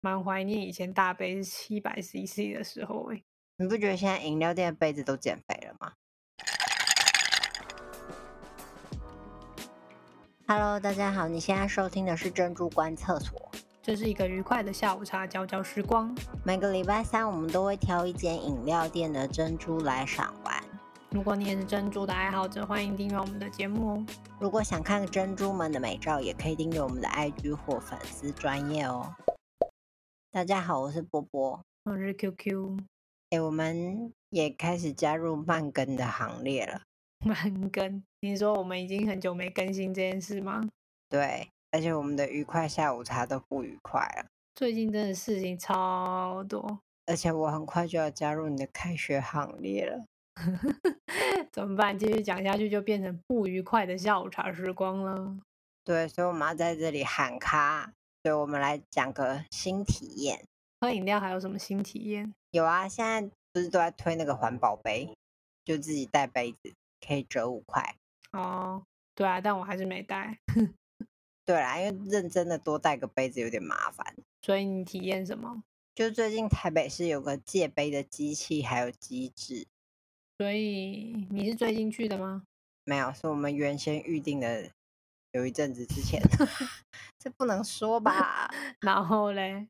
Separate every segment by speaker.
Speaker 1: 蛮怀念以前大杯是700cc 的时候欸诶。
Speaker 2: 你不觉得现在饮料店的杯子都减肥了吗？Hello，大家好，你现在收听的是珍珠观厕所。
Speaker 1: 这是一个愉快的下午茶，交交时光。
Speaker 2: 每个礼拜三，我们都会挑一间饮料店的珍珠来赏玩。
Speaker 1: 如果你也是珍珠的爱好者，欢迎订阅我们的节目哦。
Speaker 2: 如果想看珍珠们的美照，也可以订阅我们的 IG 或粉丝专业哦。大家好，我是波波。
Speaker 1: 我是 QQ，
Speaker 2: 哎、我们也开始加入慢更的行列了。
Speaker 1: 慢更。你说我们已经很久没更新这件事吗？
Speaker 2: 对，而且我们的愉快下午茶都不愉快了。
Speaker 1: 最近真的事情超多，
Speaker 2: 而且我很快就要加入你的开学行列了。
Speaker 1: 怎么办？继续讲下去就变成不愉快的下午茶时光了。
Speaker 2: 对，所以我们要在这里喊卡。所以我们来讲个新体验。
Speaker 1: 喝饮料还有什么新体验？
Speaker 2: 有啊，现在不是都在推那个环保杯，就自己带杯子，可以折五块。
Speaker 1: 哦，对啊，但我还是没带。
Speaker 2: 对啦，因为认真的多带个杯子有点麻烦。
Speaker 1: 所以你体验什么？
Speaker 2: 就最近台北市有个借杯的机器，还有机制，
Speaker 1: 所以你是最近去的吗？
Speaker 2: 没有是我们原先预定的，有一阵子之前，这不能说吧？
Speaker 1: 然后嘞，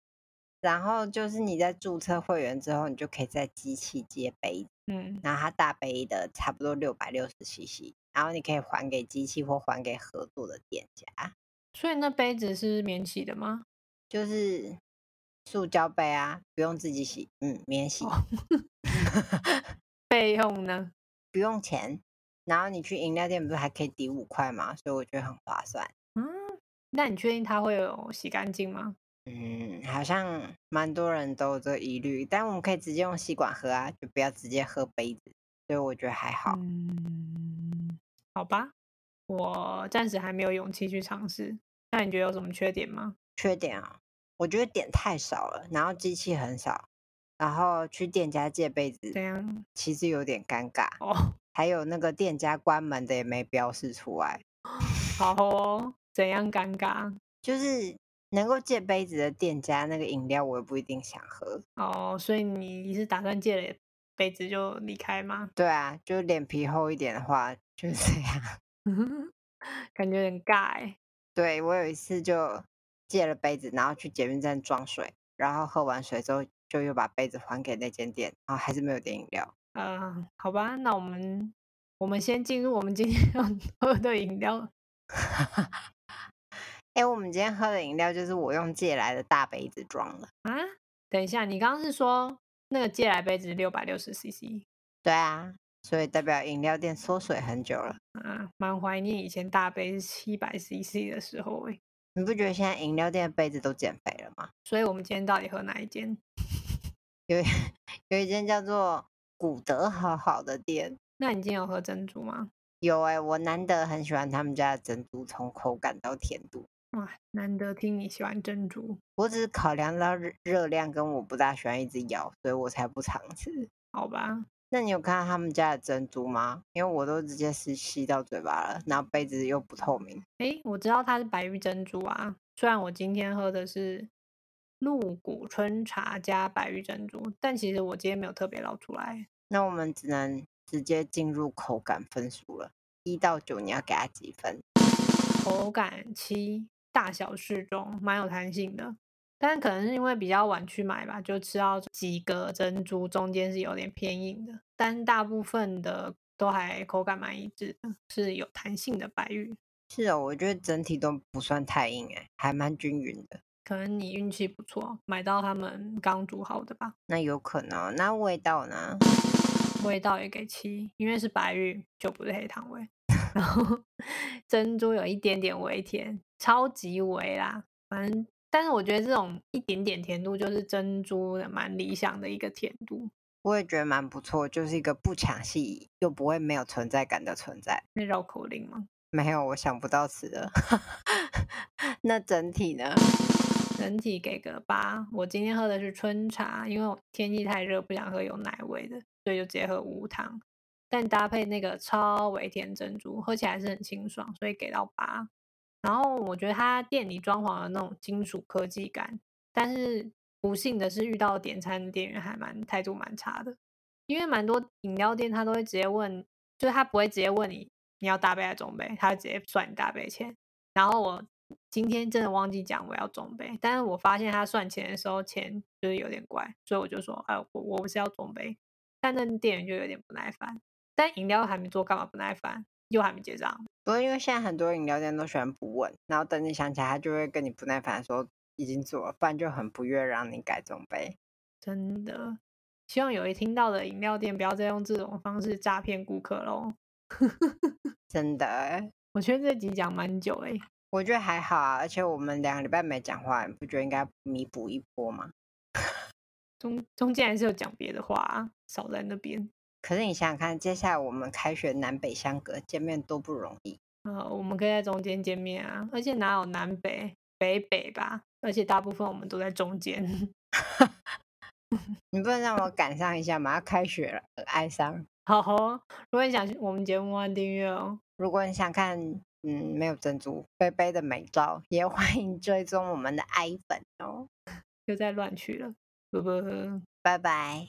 Speaker 2: 然后就是你在注册会员之后，你就可以在机器借杯子，
Speaker 1: 嗯，
Speaker 2: 然后它大杯的差不多六百六十 CC，然后你可以还给机器或还给合作的店家，
Speaker 1: 所以那杯子是免洗的吗？
Speaker 2: 就是塑胶杯啊，不用自己洗，嗯，免洗。
Speaker 1: 哦备用呢？
Speaker 2: 不用钱，然后你去饮料店不是还可以抵五块吗？所以我觉得很划算。
Speaker 1: 嗯，那你确定它会有洗干净吗？
Speaker 2: 嗯，好像蛮多人都有这个疑虑，但我们可以直接用吸管喝啊，就不要直接喝杯子，所以我觉得还好。
Speaker 1: 嗯，好吧，我暂时还没有勇气去尝试。那你觉得有什么缺点吗？
Speaker 2: 缺点啊，我觉得点太少了，然后机器很少，然后去店家借杯子，
Speaker 1: 怎样？
Speaker 2: 其实有点尴尬。
Speaker 1: 哦，
Speaker 2: 还有那个店家关门的也没标示出来，
Speaker 1: 好哦，怎样尴尬？
Speaker 2: 就是能够借杯子的店家那个饮料我也不一定想喝。
Speaker 1: 哦，所以你是打算借了杯子就离开吗？
Speaker 2: 对啊，就脸皮厚一点的话就是这样。
Speaker 1: 感觉有点尬哎、
Speaker 2: 对我有一次就借了杯子，然后去捷运站装水，然后喝完水之后就又把杯子还给那间店，然后还是没有点饮料。
Speaker 1: 呃，好吧，那我们我们先进入我们今天要喝的饮料。
Speaker 2: 哎，我们今天喝的饮料就是我用借来的大杯子装的。
Speaker 1: 啊，等一下，你刚刚是说那个借来杯子六百六十 CC
Speaker 2: 对啊，所以代表饮料店缩水很久了。
Speaker 1: 啊，蛮怀念以前大杯是七百 CC 的时候哎、
Speaker 2: 你不觉得现在饮料店的杯子都减肥了吗？
Speaker 1: 所以我们今天到底喝哪一间？
Speaker 2: 有一 有一间叫做古德好好的店，
Speaker 1: 那你今天有喝珍珠吗？
Speaker 2: 有哎、我难得很喜欢他们家的珍珠，从口感到甜度。
Speaker 1: 哇，难得听你喜欢珍珠，
Speaker 2: 我只是考量到热热量，跟我不大喜欢一直咬，所以我才不常吃。
Speaker 1: 好吧？
Speaker 2: 那你有看到他们家的珍珠吗？因为我都直接是吸到嘴巴了，然后杯子又不透明。
Speaker 1: 诶，我知道它是白玉珍珠啊，虽然我今天喝的是露谷春茶加白玉珍珠，但其实我今天没有特别捞出来。
Speaker 2: 那我们只能直接进入口感分数了，一到九你要给它几分？
Speaker 1: 口感七，大小适中，蛮有弹性的。但可能是因为比较晚去买吧，就吃到几个珍珠，中间是有点偏硬的，但大部分的都还口感蛮一致的，是有弹性的白玉。
Speaker 2: 是哦，我觉得整体都不算太硬诶、欸还蛮均匀的。
Speaker 1: 可能你运气不错，买到他们刚煮好的吧。
Speaker 2: 那有可能哦、那味道呢？
Speaker 1: 味道也给七，因为是白玉就不是黑糖味，然后 珍珠有一点点微甜，超级微啦，反正但是我觉得这种一点点甜度就是珍珠的蛮理想的一个甜度，
Speaker 2: 我也觉得蛮不错，就是一个不抢戏又不会没有存在感的存在。
Speaker 1: 那绕口令吗？
Speaker 2: 没有，我想不到词了。 那整体呢？
Speaker 1: 整体给个八，我今天喝的是春茶，因为我天气太热不想喝有奶味的，所以就直接喝无糖，但搭配那个超微甜珍珠，喝起来是很清爽，所以给到八。然后我觉得它店里装潢的那种金属科技感，但是不幸的是遇到的点餐的店员还蛮态度蛮差的，因为蛮多饮料店他都会直接问，就是他不会直接问你你要大杯还是中杯，他会直接算你大杯钱。然后我今天真的忘记讲我要中杯，但是我发现他算钱的时候钱就是有点怪，所以我就说，哎，我我不是要中杯，但那店员就有点不耐烦，但饮料还没做，干嘛不耐烦？又还没结账，
Speaker 2: 不过因为现在很多饮料店都喜欢不问，然后等你想起来，他就会跟你不耐烦地说已经做了，不然就很不愿让你改中杯。
Speaker 1: 真的。希望有一听到的饮料店不要再用这种方式诈骗顾客喽。
Speaker 2: 真的欸，
Speaker 1: 我觉得这集讲蛮久诶、
Speaker 2: 我觉得还好啊，而且我们两个礼拜没讲话，你不觉得应该弥补一波吗？
Speaker 1: 中中间还是有讲别的话、啊，少在那边。
Speaker 2: 可是你想想看，接下来我们开学南北相隔，见面多不容易。
Speaker 1: 呃，我们可以在中间见面啊，而且哪有南北北北吧？而且大部分我们都在中间。
Speaker 2: 你不能让我赶上一下吗？要开学了，很哀伤。
Speaker 1: 好哦，如果你想我们节目，按订阅哦。
Speaker 2: 如果你想看，嗯，没有珍珠杯杯的美照，也欢迎追踪我们的 i 粉哦。
Speaker 1: 又在乱去了，啵啵。
Speaker 2: 拜拜。